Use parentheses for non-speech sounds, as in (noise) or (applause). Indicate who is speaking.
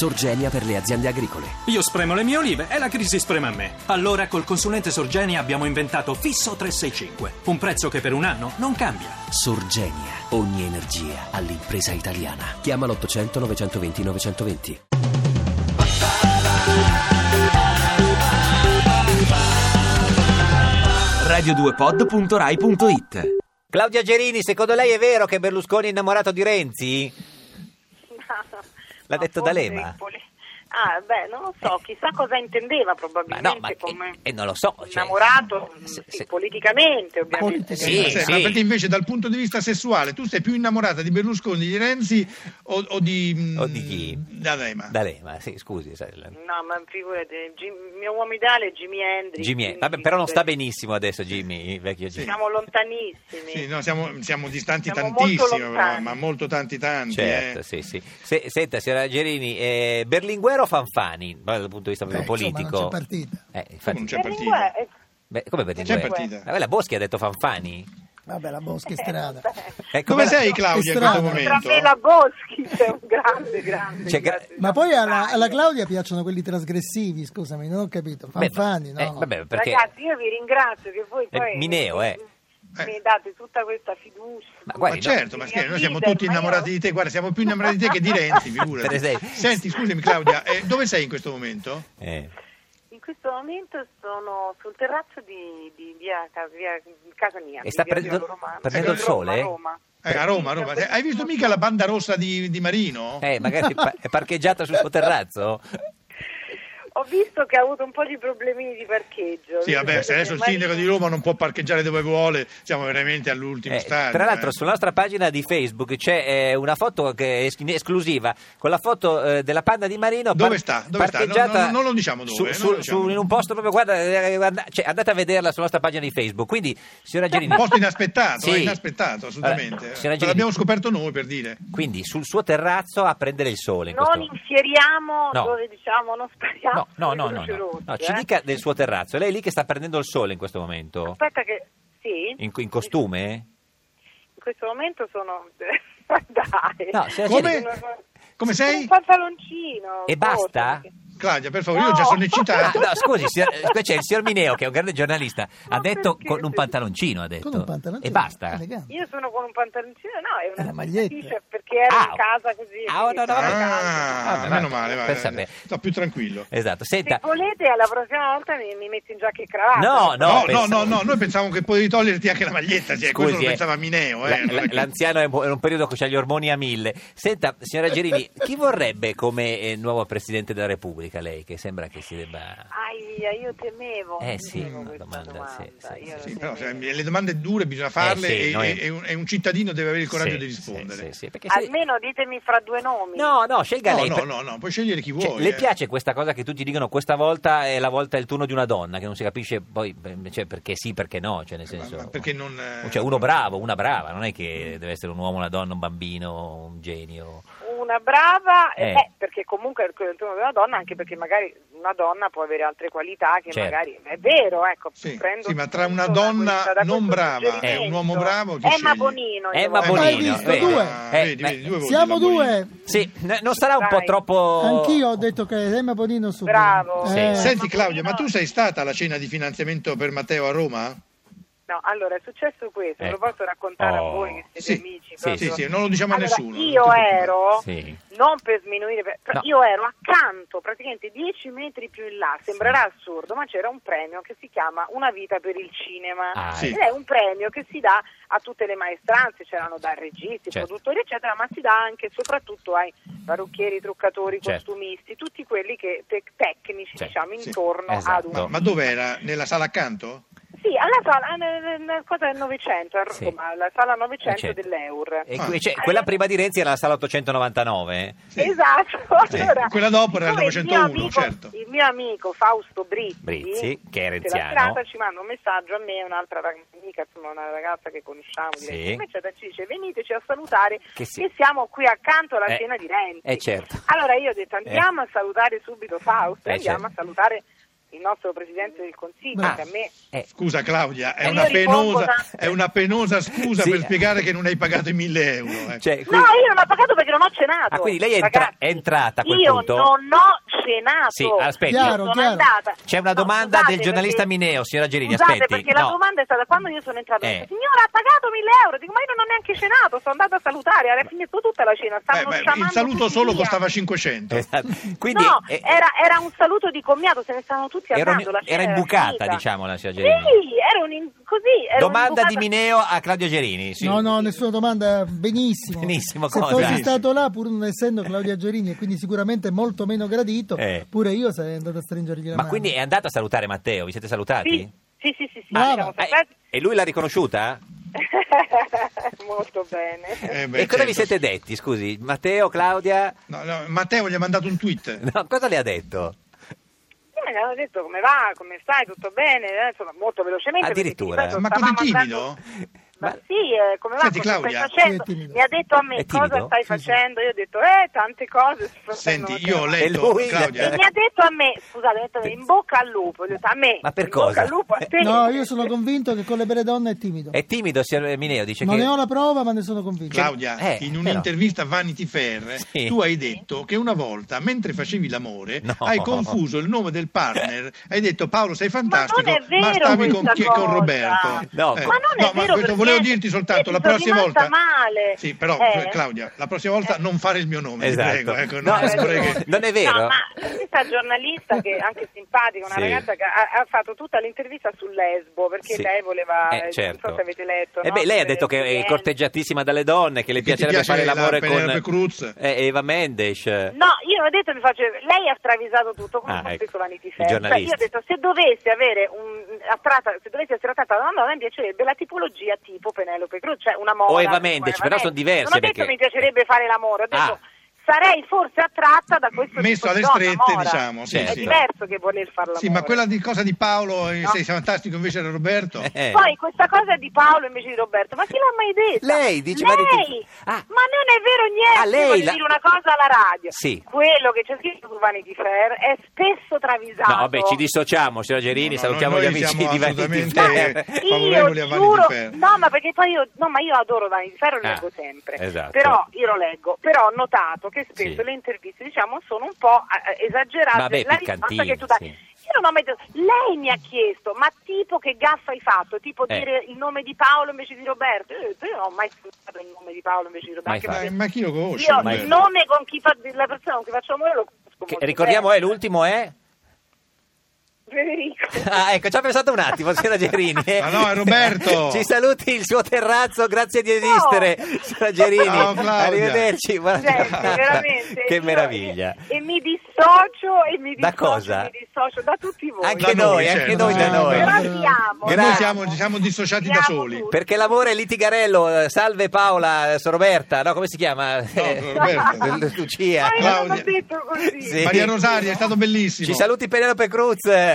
Speaker 1: Sorgenia per le aziende agricole.
Speaker 2: Io spremo le mie olive e la crisi sprema me. Allora col consulente Sorgenia abbiamo inventato Fisso 365, un prezzo che per un anno non cambia.
Speaker 1: Sorgenia, ogni energia all'impresa italiana. Chiama l'800 920 920.
Speaker 3: radio2pod.rai.it
Speaker 4: Claudia Gerini, secondo lei è vero che Berlusconi è innamorato di Renzi?
Speaker 5: (laughs) No.
Speaker 4: L'ha
Speaker 5: No,
Speaker 4: detto
Speaker 5: forse
Speaker 4: D'Alema? Eh.
Speaker 5: il poli- Ah, beh, non lo so, chissà cosa intendeva
Speaker 4: Ma
Speaker 5: probabilmente
Speaker 4: no, ma
Speaker 5: come
Speaker 4: e, e non lo so. cioè-
Speaker 5: innamorato
Speaker 4: Se-
Speaker 5: sì,
Speaker 4: se-
Speaker 5: politicamente, ovviamente.
Speaker 4: Sì, sì.
Speaker 6: Cioè, ma perché invece dal punto di vista sessuale tu sei più innamorata di Berlusconi, di Renzi o, o di... mm,
Speaker 4: O di chi?
Speaker 6: D'Alema.
Speaker 4: D'Alema, sì, scusi. sai, la-
Speaker 5: No, ma figurati, il mio uomo ideale è Jimi Hendrix.
Speaker 4: Jimmy,
Speaker 5: quindi-
Speaker 4: vabbè, però non sta benissimo adesso Jimmy, il vecchio Jimmy.
Speaker 5: Siamo lontanissimi.
Speaker 6: Sì, no, siamo, siamo distanti
Speaker 5: Siamo molto
Speaker 6: tantissimo, però,
Speaker 5: lontani.
Speaker 6: ma molto tanti tanti.
Speaker 4: Certo,
Speaker 6: eh.
Speaker 4: sì, sì. Se- senta, signora Gerini, eh, Berlinguer o Fanfani? Ma Dal punto di vista
Speaker 7: Beh,
Speaker 4: proprio
Speaker 7: Eh, insomma,
Speaker 4: politico.
Speaker 7: non c'è partita.
Speaker 4: Eh, infatti-
Speaker 6: Non c'è
Speaker 5: Berlinguer
Speaker 6: partita.
Speaker 5: è-
Speaker 4: Beh, come Berlinguer?
Speaker 6: c'è partita.
Speaker 4: Ma la Boschi ha detto Fanfani?
Speaker 7: Vabbè, la Bosca è strada.
Speaker 4: Eh,
Speaker 6: Come
Speaker 4: la-
Speaker 6: sei Claudia in questo
Speaker 7: Strano.
Speaker 5: Tra
Speaker 6: momento?
Speaker 5: me e la Boschi c'è un grande, grande.
Speaker 4: C'è gra-
Speaker 5: grazie.
Speaker 7: Ma poi alla, alla Claudia piacciono quelli trasgressivi, scusami, non ho capito.
Speaker 4: Beh,
Speaker 7: Fanfani, no?
Speaker 4: eh, vabbè, perché...
Speaker 5: Ragazzi, io vi ringrazio che voi
Speaker 4: Eh,
Speaker 5: poi
Speaker 4: Mineo, eh.
Speaker 5: mi date tutta questa fiducia.
Speaker 4: Ma guardi,
Speaker 6: ma
Speaker 4: no-
Speaker 6: certo, ma scherzo, noi siamo
Speaker 5: Leader,
Speaker 6: tutti
Speaker 5: ma io-
Speaker 6: innamorati di te, guarda, siamo più innamorati di te che di Renzi,
Speaker 4: Per
Speaker 6: figurati.
Speaker 4: esempio.
Speaker 6: Senti, scusami Claudia, eh, dove sei in questo momento?
Speaker 4: Eh,
Speaker 5: In questo momento sono sul terrazzo di, di via, Cas- via- casa mia.
Speaker 4: E sta
Speaker 5: di via
Speaker 4: prendendo-
Speaker 5: Giulio Romano.
Speaker 4: prendendo
Speaker 6: il
Speaker 5: Roma,
Speaker 4: sole?
Speaker 5: Roma.
Speaker 6: Eh, a Roma, a Roma. Eh, Hai visto mica la banda rossa di, di Marino?
Speaker 4: eh, magari pa- è parcheggiata sul suo terrazzo?
Speaker 5: Ho visto che ha avuto un po' di problemini di parcheggio.
Speaker 6: Sì, vabbè, se adesso il sindaco di Roma non può parcheggiare dove vuole, siamo veramente all'ultimo
Speaker 4: Eh,
Speaker 6: stadio.
Speaker 4: tra l'altro
Speaker 6: eh.
Speaker 4: sulla nostra pagina di Facebook c'è eh, una foto che è es- in esclusiva con la foto eh, della panda di Marino
Speaker 6: Dove sta? Dove sta?
Speaker 4: parcheggiata
Speaker 6: Non- non- non lo diciamo dove,
Speaker 4: su-
Speaker 6: non
Speaker 4: su-
Speaker 6: lo diciamo.
Speaker 4: su- in un posto proprio guarda eh, guarda- cioè, andate a vederla sulla nostra pagina di Facebook quindi signora Gerini
Speaker 6: Un posto inaspettato,
Speaker 4: Sì.
Speaker 6: eh, inaspettato, assolutamente.
Speaker 4: Allora, signora
Speaker 6: Eh,
Speaker 4: Gini-
Speaker 6: L'abbiamo scoperto noi per dire.
Speaker 4: quindi sul suo terrazzo a prendere il sole in
Speaker 5: Non
Speaker 4: questo...
Speaker 5: infieriamo
Speaker 4: No.
Speaker 5: dove diciamo, non spariamo.
Speaker 4: no no no
Speaker 5: le
Speaker 4: no,
Speaker 5: croci
Speaker 4: no.
Speaker 5: rosse,
Speaker 4: No, ci
Speaker 5: eh.
Speaker 4: dica del suo terrazzo lei è lì che sta prendendo il sole in questo momento
Speaker 5: Aspetta che... Sì?
Speaker 4: in, in costume
Speaker 5: In questo momento sono... (laughs) Dai.
Speaker 4: No, signora
Speaker 6: Come?
Speaker 4: Gini,
Speaker 6: Come sei?
Speaker 5: Un pantaloncino.
Speaker 4: E basta?
Speaker 5: forse,
Speaker 6: Claudia, per favore, io
Speaker 5: No.
Speaker 6: già sono
Speaker 4: Ah, (laughs)
Speaker 6: eccitato.
Speaker 4: no, scusi, signor- eh, c'è il signor Mineo che è un grande giornalista, ha
Speaker 5: Ma
Speaker 4: detto
Speaker 5: perché?
Speaker 4: con un pantaloncino, ha detto.
Speaker 7: Con un pantaloncino.
Speaker 4: E basta.
Speaker 7: elegante.
Speaker 5: Io sono con un pantaloncino, no, è una,
Speaker 7: È la maglietta.
Speaker 5: t-shirt perché ero
Speaker 4: Ah,
Speaker 5: in casa così.
Speaker 4: ah,
Speaker 5: quindi
Speaker 4: no, no,
Speaker 5: stavo
Speaker 4: vabbè.
Speaker 5: calda.
Speaker 6: Ah,
Speaker 4: vabbè,
Speaker 6: meno
Speaker 4: va.
Speaker 6: male, va,
Speaker 4: Pensa bene.
Speaker 6: sto più tranquillo.
Speaker 4: Esatto,
Speaker 5: Se
Speaker 4: senta.
Speaker 5: volete alla prossima volta mi, mi metto in giacca e cravatta.
Speaker 4: No, no,
Speaker 6: No, no,
Speaker 4: pensa-
Speaker 6: no, no, noi pensavamo che potevi toglierti anche la maglietta, cioè, questo
Speaker 4: Scusi,
Speaker 6: lo
Speaker 4: eh,
Speaker 6: pensava Mineo. Eh,
Speaker 4: la- la- l'anziano è un po- è un periodo che ha gli ormoni a mille. Senta, signora Gerini, chi vorrebbe come eh, nuovo presidente della Repubblica lei? Che sembra che si debba.
Speaker 5: Aia, io temevo.
Speaker 4: Eh, sì,
Speaker 5: temevo
Speaker 4: una
Speaker 5: questa
Speaker 4: domanda, sì, sì, sì,
Speaker 5: io lo
Speaker 6: Sì,
Speaker 5: temevo.
Speaker 6: però, cioè, le domande dure bisogna farle
Speaker 4: Eh, sì,
Speaker 6: e,
Speaker 4: noi-
Speaker 6: e- e un, e un cittadino deve avere il coraggio
Speaker 4: Sì,
Speaker 6: di
Speaker 4: sì,
Speaker 6: rispondere.
Speaker 4: sì, sì, perché se-
Speaker 5: Almeno ditemi fra due nomi.
Speaker 4: No, no, scelga
Speaker 6: No,
Speaker 4: lei.
Speaker 6: no,
Speaker 4: per-
Speaker 6: no, no, puoi scegliere chi
Speaker 4: Cioè,
Speaker 6: vuoi.
Speaker 4: le
Speaker 6: eh.
Speaker 4: piace questa cosa che tutti dicono questa volta è la volta è il turno di una donna, che non si capisce poi beh, cioè, perché sì, perché no, cioè nel
Speaker 6: Ma-
Speaker 4: senso...
Speaker 6: ma perché non, eh,
Speaker 4: Cioè uno bravo, una brava, non è che deve essere un uomo, una donna, un bambino, un genio.
Speaker 5: Una brava,
Speaker 4: Eh.
Speaker 5: eh. perché comunque è il turno di una donna, anche perché magari una donna può avere altre qualità che
Speaker 4: Certo.
Speaker 5: magari è vero, ecco.
Speaker 6: Sì,
Speaker 5: prendo
Speaker 6: sì, ma tra una
Speaker 5: tutto da
Speaker 6: donna
Speaker 5: questa- da
Speaker 6: non
Speaker 5: questo
Speaker 6: brava e un
Speaker 5: suggerimento.
Speaker 6: uomo bravo, chi
Speaker 5: Emma
Speaker 6: scegli?
Speaker 5: Bonino. io
Speaker 4: Eh. Emma
Speaker 6: Eh,
Speaker 5: voglio-
Speaker 4: Bonino.
Speaker 7: hai visto, due.
Speaker 4: Eh,
Speaker 6: vedi,
Speaker 4: beh,
Speaker 6: vedi, due voti
Speaker 7: Siamo
Speaker 6: Lamborghini.
Speaker 7: due.
Speaker 4: Sì, n- non sarà un
Speaker 5: Dai.
Speaker 4: po' troppo...
Speaker 7: Anch'io ho detto che Emma Bonino su.
Speaker 5: Bravo.
Speaker 4: Sì.
Speaker 7: Eh,
Speaker 5: Sì.
Speaker 6: Senti Claudia, ma tu sei stata alla cena di finanziamento per Matteo a Roma?
Speaker 5: No, allora è successo questo,
Speaker 4: Ecco.
Speaker 5: lo posso raccontare
Speaker 4: Oh.
Speaker 5: a voi che siete
Speaker 6: Sì,
Speaker 5: amici.
Speaker 4: sì,
Speaker 5: proprio.
Speaker 6: sì, sì, non lo diciamo a
Speaker 5: Allora,
Speaker 6: nessuno,
Speaker 5: Io
Speaker 6: tutti
Speaker 5: ero,
Speaker 4: Sì.
Speaker 5: non per sminuire, per- però
Speaker 4: No.
Speaker 5: io ero accanto, praticamente 10 metri più in là, sembrerà assurdo, ma c'era un premio che si chiama Una vita per il cinema.
Speaker 4: Ah,
Speaker 6: Sì.
Speaker 5: Ed è un premio che si dà a tutte le maestranze, c'erano da registi,
Speaker 4: Certo.
Speaker 5: produttori, eccetera, ma si dà anche e soprattutto ai parrucchieri, truccatori,
Speaker 4: Certo.
Speaker 5: costumisti, tutti quelli che tec- tecnici,
Speaker 4: Certo.
Speaker 5: diciamo,
Speaker 6: Sì.
Speaker 5: intorno ad
Speaker 4: Esatto.
Speaker 5: un
Speaker 6: Ma, ma dov'era? Nella sala accanto?
Speaker 5: sì, alla sala, ah, n- n- cosa del 900, a
Speaker 4: Sì.
Speaker 5: Roma, alla sala 900
Speaker 4: Certo.
Speaker 5: dell'Eur.
Speaker 4: E
Speaker 6: Ah.
Speaker 4: qui- cioè, quella prima di Renzi era la sala 899.
Speaker 6: Sì.
Speaker 5: Esatto.
Speaker 4: Sì.
Speaker 5: Allora,
Speaker 6: Quella dopo era
Speaker 5: siccome
Speaker 6: il 901,
Speaker 5: mio amico-
Speaker 6: certo.
Speaker 5: Il mio amico Fausto Brizzi,
Speaker 4: Brizzi, che è
Speaker 5: della
Speaker 4: renziano.
Speaker 5: strada, ci manda un messaggio a me e un'altra rag- amica, insomma una ragazza che conosciamo, di
Speaker 4: Sì.
Speaker 5: Renzi, eccetera, ci dice veniteci a salutare
Speaker 4: Che
Speaker 5: che,
Speaker 4: sì.
Speaker 5: siamo qui accanto alla
Speaker 4: Eh,
Speaker 5: cena di Renzi.
Speaker 4: eh, certo.
Speaker 5: Allora io ho detto
Speaker 4: Eh.
Speaker 5: andiamo a salutare subito Fausto,
Speaker 4: Eh,
Speaker 5: andiamo
Speaker 4: certo.
Speaker 5: a salutare il nostro Presidente del Consiglio,
Speaker 4: Ah,
Speaker 5: che a me
Speaker 4: eh,
Speaker 6: Scusa Claudia, è
Speaker 5: Io
Speaker 6: una,
Speaker 5: ripongo
Speaker 6: penosa,
Speaker 5: tanto.
Speaker 6: è una penosa scusa
Speaker 4: Sì.
Speaker 6: per spiegare che non hai pagato i 1000 euro. ecco.
Speaker 4: cioè,
Speaker 5: No,
Speaker 4: quindi-
Speaker 5: io non ho pagato perché non ho cenato.
Speaker 4: Ah, quindi lei è entra-
Speaker 5: Ragazzi,
Speaker 4: è entrata a quel
Speaker 5: io
Speaker 4: punto?
Speaker 5: non ho cenato.
Speaker 4: Sì, aspetti.
Speaker 7: Chiaro,
Speaker 5: sono
Speaker 7: chiaro.
Speaker 5: andata.
Speaker 4: C'è una
Speaker 5: No,
Speaker 4: domanda
Speaker 5: scusate,
Speaker 4: del giornalista
Speaker 5: perché-
Speaker 4: Mineo, signora Gerini,
Speaker 5: Scusate,
Speaker 4: aspetti.
Speaker 5: perché la
Speaker 4: No.
Speaker 5: domanda è stata quando io sono entrata. ho detto,
Speaker 4: Eh.
Speaker 5: Signora, ha pagato 1000 euro. Dico, ma io non ho neanche cenato. Sono andata a salutare. Era finito tutta la cena.
Speaker 6: Beh,
Speaker 5: Stavano
Speaker 6: beh, il
Speaker 5: sciamando
Speaker 6: saluto
Speaker 5: tutti
Speaker 6: solo
Speaker 5: via.
Speaker 6: costava 500.
Speaker 4: Esatto. Quindi,
Speaker 5: no,
Speaker 4: eh,
Speaker 5: era, era un saluto di commiato, se ne stavano tutti
Speaker 4: Era
Speaker 5: andando.
Speaker 4: un-
Speaker 5: la cena
Speaker 4: era imbucata,
Speaker 5: finita.
Speaker 4: diciamo, la signora Gerini.
Speaker 5: Sì, era un in- così. Era
Speaker 4: domanda di
Speaker 5: un'imbucata-
Speaker 4: Mineo a Claudio Gerini. sì.
Speaker 7: No, no, nessuna domanda, benissimo.
Speaker 4: Benissimo,
Speaker 7: Se
Speaker 4: cosa?
Speaker 7: fossi
Speaker 4: Benissimo.
Speaker 7: stato là, pur non essendo Claudia Gerini e quindi sicuramente molto meno gradito,
Speaker 4: Eh.
Speaker 7: pure io sarei andato a stringergli
Speaker 4: Ma
Speaker 7: la mano.
Speaker 4: quindi è andata a salutare Matteo, vi siete salutati?
Speaker 5: Sì, sì, sì, sì, sì,
Speaker 7: Brava.
Speaker 5: siamo
Speaker 4: Eh,
Speaker 5: salutati.
Speaker 4: e lui l'ha riconosciuta?
Speaker 5: (laughs) Molto bene.
Speaker 6: Eh, beh,
Speaker 4: e cosa vi
Speaker 6: certo.
Speaker 4: siete detti, scusi? Matteo, Claudia?
Speaker 6: No, no, Matteo gli ha mandato un tweet.
Speaker 4: No, cosa le ha detto?
Speaker 5: Io Eh, mi hanno detto come va, come stai, tutto bene, eh, insomma, molto velocemente. perché
Speaker 4: Addirittura?
Speaker 5: di solito
Speaker 6: Ma così
Speaker 5: stavamo
Speaker 6: timido?
Speaker 5: andando-
Speaker 4: Ma-
Speaker 5: Ma sì, eh, come va,
Speaker 6: Senti,
Speaker 5: cosa stai
Speaker 6: Claudia?
Speaker 5: facendo?
Speaker 7: Sì, è timido.
Speaker 5: Mi ha detto a
Speaker 4: È
Speaker 5: me
Speaker 4: timido?
Speaker 5: cosa stai
Speaker 7: Sì, sì.
Speaker 5: facendo, io ho detto eh, tante cose.
Speaker 6: Senti,
Speaker 5: non
Speaker 6: io eh. ho
Speaker 5: so.
Speaker 6: letto,
Speaker 4: lui- (laughs) Eh,
Speaker 6: Claudia,
Speaker 5: E mi ha detto a me, scusate, ho detto in bocca al lupo, ho detto a me.
Speaker 4: Ma per
Speaker 5: in bocca
Speaker 4: cosa? Eh,
Speaker 5: al lupo, a te.
Speaker 7: No, io sono convinto che con le belle donne è timido.
Speaker 4: È timido, signor Mineo, Eh, dice
Speaker 7: non
Speaker 4: che...
Speaker 7: ne ho la prova, ma ne sono convinto.
Speaker 6: Claudia,
Speaker 4: Eh,
Speaker 6: in
Speaker 4: però.
Speaker 6: un'intervista a Vanity Fair
Speaker 4: Sì.
Speaker 6: tu hai detto che una volta mentre facevi l'amore
Speaker 4: No.
Speaker 6: hai confuso il nome del
Speaker 4: (laughs)
Speaker 6: partner, hai detto Paolo sei fantastico,
Speaker 5: Ma non è vero
Speaker 6: stavi con,
Speaker 5: questa
Speaker 6: chi- con
Speaker 5: cosa.
Speaker 6: Roberto. Eh,
Speaker 4: No,
Speaker 5: ma non è
Speaker 6: no, ma
Speaker 5: vero
Speaker 6: questo
Speaker 5: perché
Speaker 6: volevo dirti soltanto
Speaker 5: io ci
Speaker 6: la
Speaker 5: sono
Speaker 6: prossima
Speaker 5: rimasta
Speaker 6: volta.
Speaker 5: male.
Speaker 6: Sì, però cioè,
Speaker 5: Eh.
Speaker 6: Claudia, la prossima volta non fare il mio nome,
Speaker 4: Esatto.
Speaker 6: ti prego, ecco,
Speaker 4: No,
Speaker 6: non ti
Speaker 4: eh,
Speaker 6: prego.
Speaker 4: no. (laughs) Non è vero?
Speaker 5: No, ma questa giornalista che è anche simpatica, una
Speaker 4: Sì.
Speaker 5: ragazza che ha, ha fatto tutta l'intervista sul lesbo perché
Speaker 4: Sì.
Speaker 5: lei voleva.
Speaker 4: Eh,
Speaker 5: eh,
Speaker 4: certo.
Speaker 5: Non so se avete letto.
Speaker 4: Eh
Speaker 5: no?
Speaker 4: beh, lei ha
Speaker 5: Sulle
Speaker 4: detto che è
Speaker 5: clienti.
Speaker 4: corteggiatissima dalle donne, che le
Speaker 6: Che ti
Speaker 4: piacerebbe
Speaker 6: piace
Speaker 4: fare
Speaker 6: la
Speaker 4: l'amore con
Speaker 6: Penelope Cruz?
Speaker 4: Eh, Eva Mendes.
Speaker 5: No, io non ho detto mi faccio. Lei ha stravisato tutto come
Speaker 4: Eh. Ah,
Speaker 5: ho
Speaker 4: ecco.
Speaker 5: scritto la Vanity
Speaker 4: Il
Speaker 5: Fair. Cioè, io
Speaker 4: giornalista.
Speaker 5: ho detto se dovessi avere un attratta- se dovessi essere trattata da una donna mi piacerebbe la tipologia tipo Penelope Cruz, cioè una moda.
Speaker 4: O Eva
Speaker 5: tipo
Speaker 4: Mendes,
Speaker 5: Eva
Speaker 4: però sono diverse
Speaker 5: Non ho detto
Speaker 4: perché-
Speaker 5: mi piacerebbe fare l'amore, ho detto
Speaker 4: Ah.
Speaker 5: sarei forse attratta da questo
Speaker 6: Messo
Speaker 5: tipo
Speaker 6: alle
Speaker 5: di donna,
Speaker 6: strette,
Speaker 5: mora.
Speaker 6: diciamo, sì,
Speaker 5: È
Speaker 4: sì.
Speaker 5: diverso che voler fare l'amore.
Speaker 6: Sì, ma quella di cosa di Paolo eh,
Speaker 5: No.
Speaker 6: sei fantastico invece era Roberto?
Speaker 4: Eh.
Speaker 5: Poi questa cosa di Paolo invece di Roberto, ma chi l'ha mai detta?
Speaker 4: Lei, dice
Speaker 5: Lei!
Speaker 4: Vanity- Ah.
Speaker 5: Ma non è vero niente,
Speaker 4: Ah, lei
Speaker 5: io voglio
Speaker 4: la-
Speaker 5: dire una cosa alla radio.
Speaker 4: Sì.
Speaker 5: Quello che c'è scritto su Vanity Fair è spesso travisato.
Speaker 4: No, vabbè, ci dissociamo, signora Gerini,
Speaker 6: No, no,
Speaker 4: salutiamo
Speaker 6: no,
Speaker 4: gli
Speaker 6: noi
Speaker 4: amici
Speaker 6: siamo
Speaker 4: di Vanity
Speaker 6: assolutamente-
Speaker 4: Fair.
Speaker 6: Eh,
Speaker 5: io
Speaker 6: favorevoli a Vanity
Speaker 5: giuro,
Speaker 6: Fair.
Speaker 5: no, ma perché poi io, no, ma io adoro Vanity Fair, lo
Speaker 4: Ah,
Speaker 5: leggo sempre.
Speaker 4: esatto.
Speaker 5: Però io lo leggo, però ho notato che spesso
Speaker 4: Sì.
Speaker 5: le interviste, diciamo, sono un po' eh, esagerate.
Speaker 4: Vabbè,
Speaker 5: la risposta
Speaker 4: piccantine,
Speaker 5: che tu dai.
Speaker 4: sì.
Speaker 5: Io non ho mai detto, lei mi ha chiesto, ma tipo che gaffa hai fatto? Tipo
Speaker 4: Eh.
Speaker 5: dire il nome di Paolo invece di Roberto? Io, ho detto, io non ho mai sfruttato il nome di Paolo invece di Roberto.
Speaker 4: Mai
Speaker 5: anche
Speaker 4: fatto.
Speaker 6: Ma,
Speaker 5: perché
Speaker 6: ma chi lo conosce?
Speaker 5: Io
Speaker 6: Roberto?
Speaker 5: il nome con chi fa, la persona con chi faccio amore lo conosco
Speaker 4: (laughs) Che-
Speaker 5: molto
Speaker 4: ricordiamo,
Speaker 5: bene.
Speaker 4: eh, l'ultimo è...
Speaker 5: Federico.
Speaker 4: Ah, ecco, ci ha pensato un attimo, signora Gerini.
Speaker 6: (laughs) Ma no, è Roberto!
Speaker 4: (laughs) Ci saluti il suo terrazzo, grazie di esistere, signora Gerini.
Speaker 6: Ciao, Claudia.
Speaker 4: Arrivederci, buona
Speaker 5: Senti,
Speaker 4: (laughs) giornata.
Speaker 5: veramente,
Speaker 4: Che
Speaker 5: io-
Speaker 4: meraviglia.
Speaker 5: E, mi dissocio e mi
Speaker 4: Da
Speaker 5: dissocio,
Speaker 4: cosa?
Speaker 5: mi dissocio da tutti voi.
Speaker 4: Anche
Speaker 6: Da
Speaker 4: noi,
Speaker 6: noi,
Speaker 4: anche
Speaker 6: certo,
Speaker 4: noi da
Speaker 7: certo.
Speaker 4: noi.
Speaker 5: Però
Speaker 7: Grazie.
Speaker 5: vi amo.
Speaker 4: Gra-
Speaker 6: Noi siamo, siamo dissociati da
Speaker 5: Siamo
Speaker 6: soli.
Speaker 5: tutti.
Speaker 4: Perché l'amore è litigarello, eh, salve Paola, eh, so Roberta, no come si chiama? Eh,
Speaker 6: Roberta.
Speaker 4: Lu- (laughs) Lucia.
Speaker 5: Ma io non
Speaker 6: Claudia.
Speaker 5: ho detto così.
Speaker 4: Sì.
Speaker 6: Maria Rosaria è stato bellissimo.
Speaker 4: Ci saluti Penelope Cruz.